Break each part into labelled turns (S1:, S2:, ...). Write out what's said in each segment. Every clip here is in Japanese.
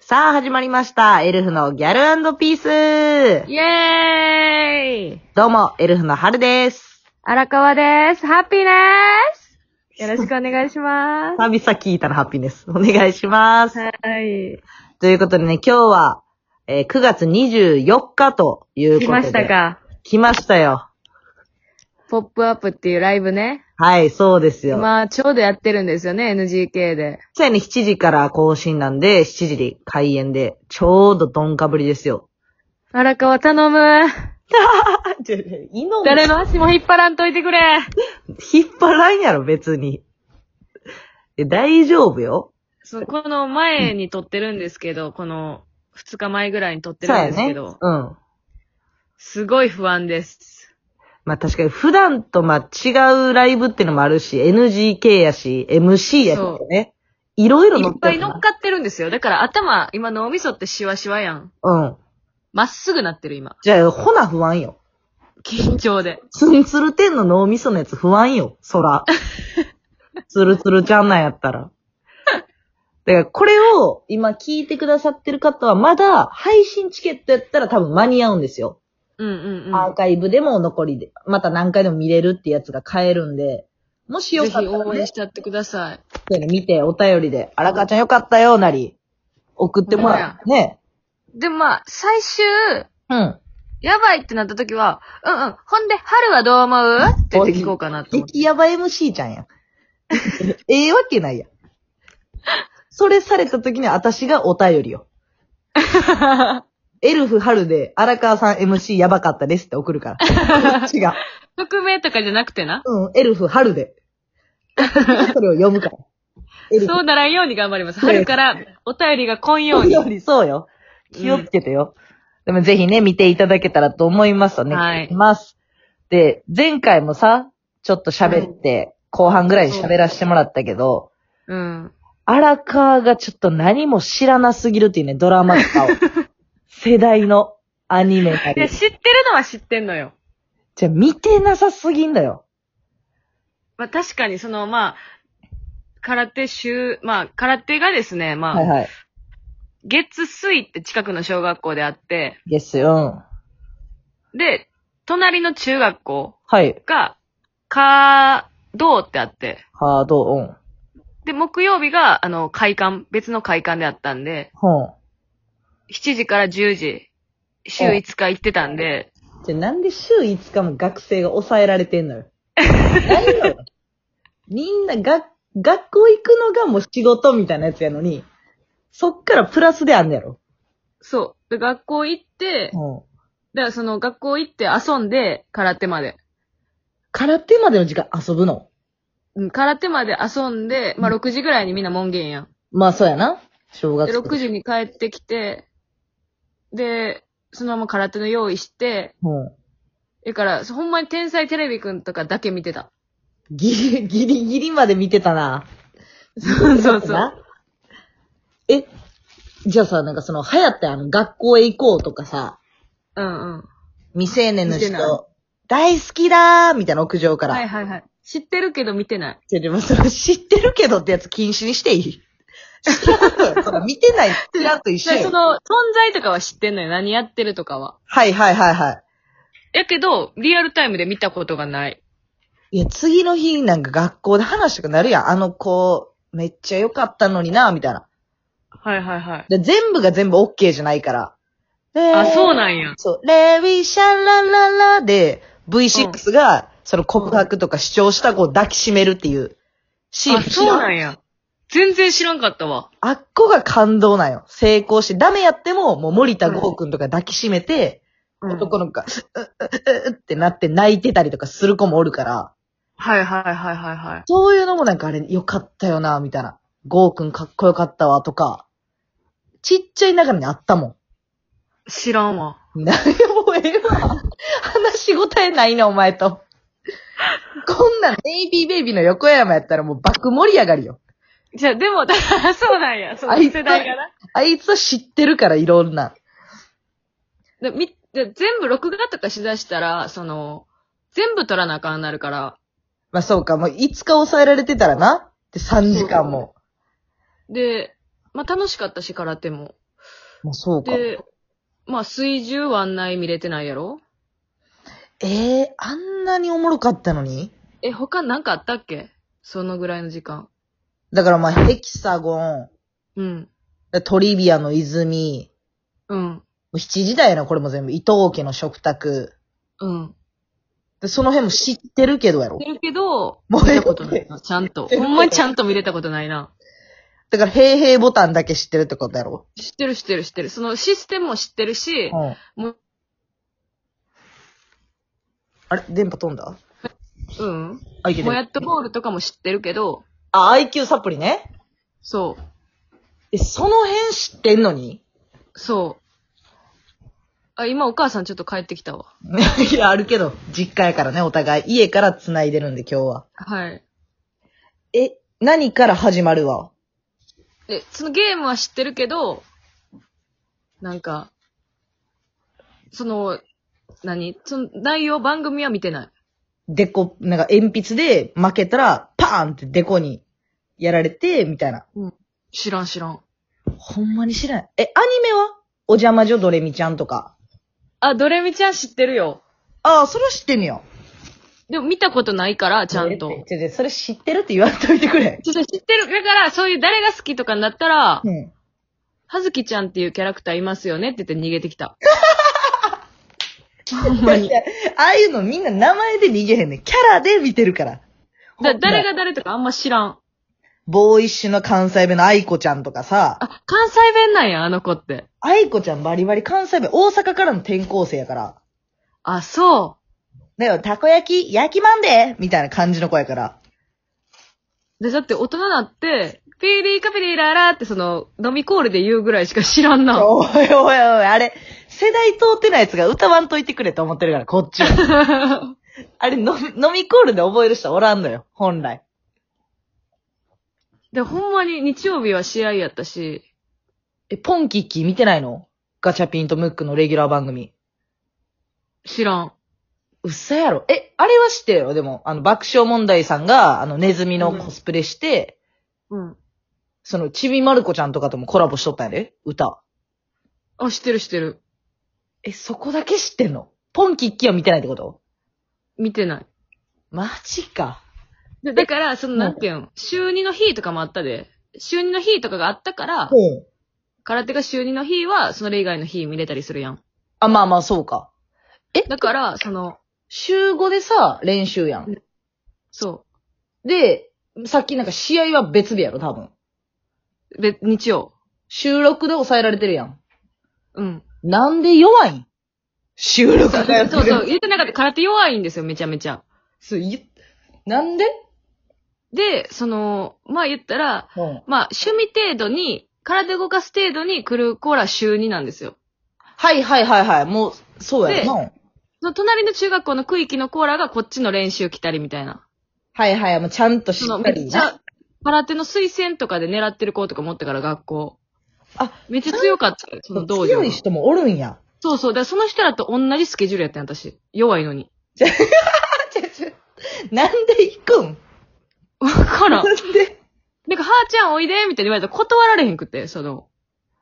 S1: さあ、始まりました。エルフのギャルピース
S2: イエーイ
S1: どうも、エルフの春です。
S2: 荒川です。ハッピーですよろしくお願いしま。
S1: 久々聞いたらハッピーです。お願いしますす。
S2: はい。
S1: ということでね、今日は、えー9月24日ということで。
S2: 来ました。か
S1: 来ましたよ。
S2: ポップアップっていうライブね。
S1: はい、そうですよ。
S2: まあ、ちょうどやってるんですよね、NGK で。
S1: そうやね、7時から更新なんで、7時で開演で、ちょうどどんかぶりですよ。
S2: 荒川頼む。誰
S1: 誰の
S2: の足も引っ張らんといてくれ。
S1: 引っ張らんやろ、別に。え大丈夫よ。
S2: そのこの前に撮ってるんですけど、この2日前ぐらいに撮って
S1: そう
S2: るん
S1: や
S2: ですけ
S1: ね。
S2: ど、
S1: うん。
S2: すごい不安です。
S1: まあ確かに普段とまあ違うライブってのもあるし、NGK やし、MC やしね。いろいろ
S2: い
S1: 乗っ
S2: ってぱい
S1: る
S2: 乗っ
S1: な。
S2: かってるんですよ。だから頭、今脳みそってシワシワやん。
S1: うん。
S2: まっすぐなってる今。
S1: じゃあ、ほな不安よ。
S2: 緊張で。
S1: ツンツルテンの脳みそのやつ不安よ、そ ら。ツルツルちゃんなんやったら。だからこれを今聞いてくださってる方はまだ配信チケットやったら多分間に合うんですよ。
S2: うんうんうん。
S1: アーカイブでも残りで、また何回でも見れるってやつが買えるんで、もしよ
S2: ぜ
S1: かっ
S2: ひ
S1: たら
S2: 応
S1: ね
S2: 援し、てやってください。
S1: そういうの見て、お便りで、荒川ちゃんよかったよ、なり、送ってもらう。ね。
S2: でもまあ、最終、
S1: うん。
S2: やばいってなった時は、うんうん、ほんで、春はどう思うって言って聞こうかなと思って。
S1: 激ヤバ MC ちゃんやん。 ええわけないやん。それされた時に私がお便りよ。エルフ春で、荒川さん MC やばかったですって送るから。 こっちが。
S2: 匿名とかじゃなくてな。
S1: うん、エルフ春で。それを読む から。エルフ
S2: そうならんように頑張ります。春からお便りが来んよう
S1: よ
S2: に。
S1: りそうよ。気をつけてよ。でもぜひね、見ていただけたらと思いますお願
S2: はい
S1: します。で、前回もさ、ちょっと喋って、後半ぐらいに喋らせてもらったけど、
S2: うん。
S1: 荒川がちょっと何も知らなすぎるっていうね、ドラマと かを。世代のアニメなり
S2: いや、知ってるのは知ってんのよ。
S1: じゃあ見てなさすぎんだよ。
S2: まあ確かに、その、まあ、空手週、まあ、空手がですね、まあ、
S1: はいはい。
S2: 月水って近くの小学校であって、
S1: ですよ。
S2: で、隣の中学校
S1: はい。
S2: が、か、どうってあって、
S1: ハードオン。
S2: で、木曜日が、あの、会館、別の会館であったんで、
S1: ほん。
S2: 7時から10時、週5日行ってたんで、
S1: じゃあなんで週5日も学生が抑えられてんの よ。何よ。みんなが、学校行くのがもう仕事みたいなやつやのに、そっからプラスであんねやろ。
S2: そう。で、学校行って、
S1: うん。
S2: だからその学校行って遊んで、空手まで。
S1: 空手までの時間遊ぶの。
S2: うん、空手まで遊んで、まあ、6時ぐらいにみんな門限やん。
S1: まあそうやな。正
S2: で、
S1: 月。
S2: 6。時に帰ってきて、で、そのまま空手の用意して、
S1: うん。
S2: だから、ほんまに天才テレビくんとかだけ見てた。
S1: ギリ、ギリギリまで見てたな。
S2: そうそうそう。
S1: なえ、じゃあさ、なんかその、流行ってあの、学校へ行こうとかさ、
S2: うんうん。
S1: 未成年の
S2: 見てない
S1: 人、大好きだーみたいな屋上から。
S2: はいはいはい。知ってるけど見てない。
S1: いやでもそれ知ってるけどってやつ禁止にしていい知らんよそれ見てない、知らんと一緒
S2: だからそ
S1: よ。
S2: の、存在とかは知ってんのよ。何やってるとかは。
S1: はいはいはいは
S2: やけど、リアルタイムで見たことがない。
S1: い。いや、次の日なんか学校で話とかなるやん。あの子、めっちゃ良かったのにな、みたいな。
S2: はいはいはい。
S1: で全部が全部 OK じゃないから。
S2: あ、そ
S1: な
S2: う
S1: ん
S2: なんや。
S1: そう。レイシャラララで、V6 が、その告白とか主張した子を抱きしめるっていうシーン。
S2: あ、そうなんや。全然知らんかったわ。
S1: あっこが感動なんよ。成功して、ダメやっても、もう森田剛くんとか抱きしめて、男の子が、う、う、う、うってなって泣いてたりとかする子もおるから、
S2: はいはいはいはいはい。
S1: そういうのもなんかあれ、よかったよな、みたいな。ゴーくんかっこよかったわ、とか、ちっちゃいながらにあったも
S2: 知らんわ。
S1: ん。なんもええわ。話し応えないな、お前と。こんなん、ネイビーベイビーの横山やったらもう爆盛り上がりよ。
S2: じゃあ、でも、 だからそうなんや。その
S1: あいつ
S2: 世代がな。
S1: あいつは知ってるから、いろんな。
S2: でみで全部録画とかしだしたら、その、全部撮らなあかんなるから。
S1: まあそうか、もういつか抑えられてたらな。で、3時間も。
S2: で、まあ、楽しかったし、空手も。
S1: まあ、そうか。
S2: で、まあ、水中はあんない見れてないやろ
S1: ええあんなにおもろかったのに
S2: え、他なんかあったっけそのぐらいの時間。
S1: だからまあ、ヘキサゴン、
S2: うん。
S1: トリビアの泉、
S2: うん。
S1: もう7時台やな、これも全部。伊藤家の食卓。
S2: うん。
S1: で、その辺も知ってるけどやろ
S2: 見。てるけど、
S1: もう
S2: 見たことないな。ちゃんと。
S1: ええ
S2: ほんまにちゃんと見れたことないな。
S1: だから、平平ボタンだけ知ってるってことやろ。
S2: 知ってる知ってる知ってる。そのシステムも知ってるし、
S1: うん。
S2: もう、
S1: あれ電波飛んだ
S2: うん。
S1: あ、いけて
S2: も
S1: る
S2: やっとボールとかも知ってるけど、
S1: あ、IQ サプリね。
S2: そう。
S1: え、その辺知ってんのに
S2: そう。あ、今お母さんちょっと帰ってきたわ。
S1: いや、あるけど、実家やからね、お互い。家から繋いでるんで、今日は。
S2: はい。
S1: え、何から始まるわ
S2: で、そのゲームは知ってるけど、なんか、その、何その内容、番組は見てない。
S1: デコ、なんか鉛筆で負けたら、パーンってデコにやられて、みたいな。
S2: 知らん知らん。
S1: ほんまに知らん。え、アニメはお邪魔女ドレミちゃんとか。
S2: あ、ドレミちゃん知ってるよ。
S1: ああ、それは知ってんねや。
S2: でも見たことないから、ちゃんと。
S1: えちょちょそれ知ってるって言わんといてくれ。
S2: ちょっと知ってる。だから、そういう誰が好きとかになったら、
S1: うん。
S2: はずきちゃんっていうキャラクターいますよねって言って逃げてき た。ほんまに。
S1: ああ いうのみんな名前で逃げへんねん。キャラで見てるから。
S2: だ誰
S1: が
S2: が誰とかあんま知らん。
S1: ボーイッシュの関西弁の愛子ちゃんとかさ、
S2: あ、関西弁なんや、あの子って。
S1: 愛子ちゃんバリバリ関西弁、大阪からの転校生やから。
S2: あ、そ
S1: だよ、たこ焼き、焼きまんでみたいな感じの子やから。
S2: う。で、だって大人だって、ピーリーカピリーラーラーってその、飲みコールで言うぐらいしか知らんな。
S1: おいおいおい、あれ、世代通ってないやつが歌わんといてくれと思ってるから、こっちは。 あれ、飲み、飲みコールで覚える人おらんのよ、本来。
S2: で、ほんまに日曜日は試合やったし、
S1: え、ポンキッキー見てないのガチャピンとムックのレギュラー番組。
S2: 知らん。
S1: うっさやろ。え、あれは知ってるよ。でも、あの、爆笑問題さんが、あの、ネズミのコスプレして、
S2: うん。
S1: その、ちびまる子ちゃんとかともコラボしとったんやで、歌。
S2: あ、知ってる知ってる。
S1: え、そこだけ知ってんのポンキッキーは見てないってこと
S2: 見てない。
S1: マジか。
S2: でだから、その、
S1: うん
S2: なんていうん、週2の日とかもあったで、週2の日とかがあったから、
S1: うん。
S2: 空手が週2の日は、それ以外の日見れたりするやん。
S1: あ、まあまあ、そうか。
S2: だから、その、
S1: 週5でさ、練習やん。
S2: そ
S1: で、さっきなんか試合は別日やろ、多分。
S2: う、べ、日曜。
S1: 収録で抑えられてるやん。
S2: うん。
S1: なんで弱いん収録
S2: そう
S1: がやって
S2: そ
S1: る
S2: う そう、言ってなかった。空手弱いんですよ、めちゃめちゃ。
S1: そう言っなんで
S2: で、その、まあ言ったら、
S1: うん。
S2: まあ趣味程度に、空手動かす程度に来る子ら週2なんですよ。
S1: はいはいはいはい。もう、そうや
S2: で
S1: ろな。
S2: その隣の中学校の区域のコーラがこっちの練習来たりみたいな。
S1: はいはい。もうちゃんとし
S2: その
S1: っか
S2: め
S1: り
S2: っち
S1: な。
S2: ゃ、空手の推薦とかで狙ってる子とか持ってから学校。
S1: あ、
S2: めっちゃ強かったよ、その道場
S1: 強。い人もおるんや。
S2: そうそう。だからその人らと同じスケジュールやったんや私。弱いのに。
S1: なんで行くん
S2: わか らん。
S1: なんで
S2: なんか、はーちゃんおいでみたいに言われたら断られへんくて、その。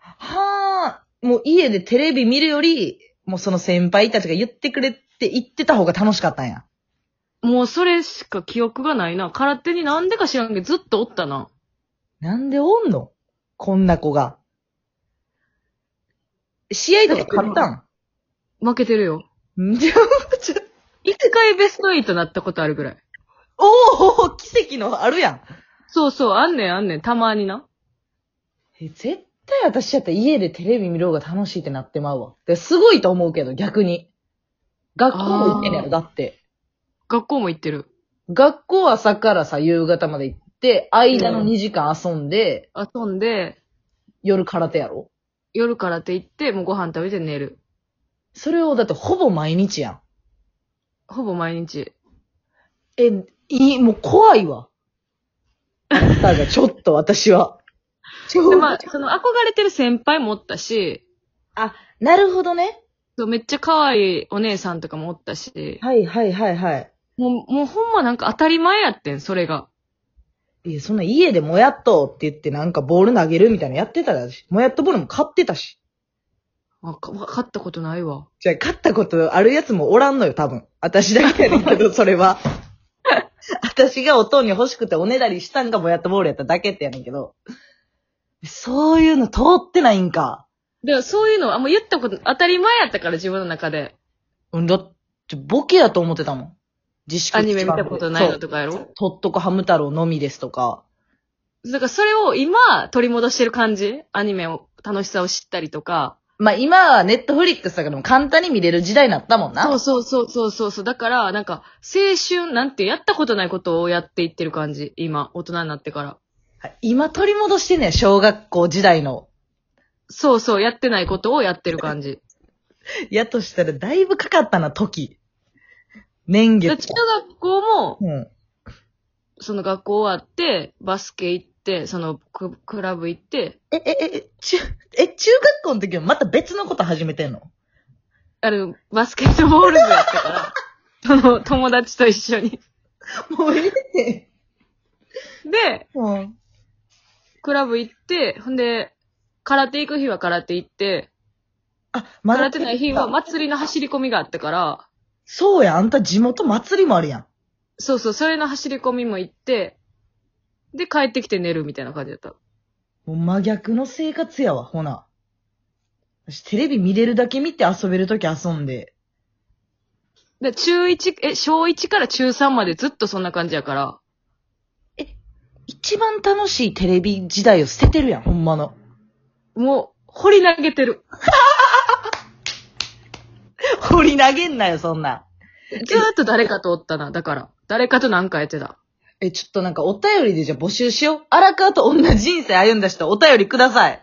S1: はあ、もう家でテレビ見るより、もうその先輩たちが言ってくれって言ってた方が楽しかったんや。
S2: もうそれしか記憶がないな。空手になんでか知らんけどずっとおったな。
S1: なんでおんのこんな子が。試合とか勝ったん
S2: 負けてるよ。
S1: んじゃ、ちょ、
S2: 一回ベスト8なったことあるぐらい。
S1: おお奇跡のあるやん。
S2: そうそう、あんねんあんねん、たまにな。
S1: え、絶対私やったら家でテレビ見る方が楽しいってなってまうわ。ですごいと思うけど、逆に。学校も行ってんやろ、だって。
S2: 学校も行ってる。
S1: 学校は朝からさ、夕方まで行って、間の
S2: うん
S1: 2時間遊んで、
S2: 遊んで、
S1: 夜空手やろ
S2: 夜空手行って、もうご飯食べて寝る。
S1: それをだってほぼ毎日やん。
S2: ほぼ毎日。
S1: え、いい、もう怖いわ。だが、ちょっと私は。ちょ
S2: で、まあ、その憧れてる先輩もおったし、
S1: なるほどね。
S2: そうめっちゃ可愛いお姉さんとかもおったし、
S1: はいはいはいはい。
S2: もう、もうほんまなんか当たり前やってん、それが。
S1: いや、そんな家でもやっとって言ってなんかボール投げるみたいなのやってたらし、もやっとボールも買ってたし。
S2: あ、か、わかったことないわ。
S1: じゃあ、勝ったことあるやつもおらんのよ、多分。私だけやねん けど、それは。私がおとんに欲しくておねだりしたんかもやったボールやっただけってやねんけど。そういうの通ってないんか。
S2: でもそういうのあんま言ったこと、当たり前やったから自分の中で。
S1: うんだって、ボケやと思ってたもん。自粛
S2: アニメ見たことないの
S1: と
S2: とかやろ
S1: とっとこハム太郎のみですとか。
S2: だからそれを今取り戻してる感じアニメを、楽しさを知ったりとか。
S1: まあ、今はネットフリックスだからもう簡単に見れる時代になったもんな。
S2: そうそうそうそうそうそう。だから、なんか、青春なんてやったことないことをやっていってる感じ。今、大人になってから。
S1: 今取り戻してんねん小学校時代の。
S2: そうそう、やってないことをやってる感じ。
S1: やとしたらだいぶかかったな、時。年
S2: で
S1: 月
S2: 中。学校も、
S1: うん。
S2: その学校終わって、バスケ行って、そのククラブ行って、
S1: え、え、え、え、中、え、中学校の時はまた別のこと始め てんの
S2: あの、バスケットボール部やった から、その友達と一緒に。
S1: もうええね
S2: で、
S1: ん。うん。
S2: クラブ行って、ほんで、空手行く日は空手行って、
S1: あ、ま
S2: 空手ない日は祭りの走り込みがあったから、
S1: そうや、あんた地元祭りもあるやん。
S2: そうそう、それの走り込みも行って、で、帰ってきて寝るみたいな感じだった。
S1: もう真逆の生活やわ、ほな。私、テレビ見れるだけ見て遊べる時遊んで。
S2: で、中1、え、小1から中3までずっとそんな感じやから、
S1: 一番楽しいテレビ時代を捨ててるやん、ほんまの。
S2: もう、掘り投げてる。
S1: 掘り投げんなよ、そんな。
S2: ずーっと誰かとおったな、だから。誰かと何かやってた。
S1: え、ちょっとなんかお便りでじゃあ募集しよう。荒川と同じ人生歩んだ人お便りください。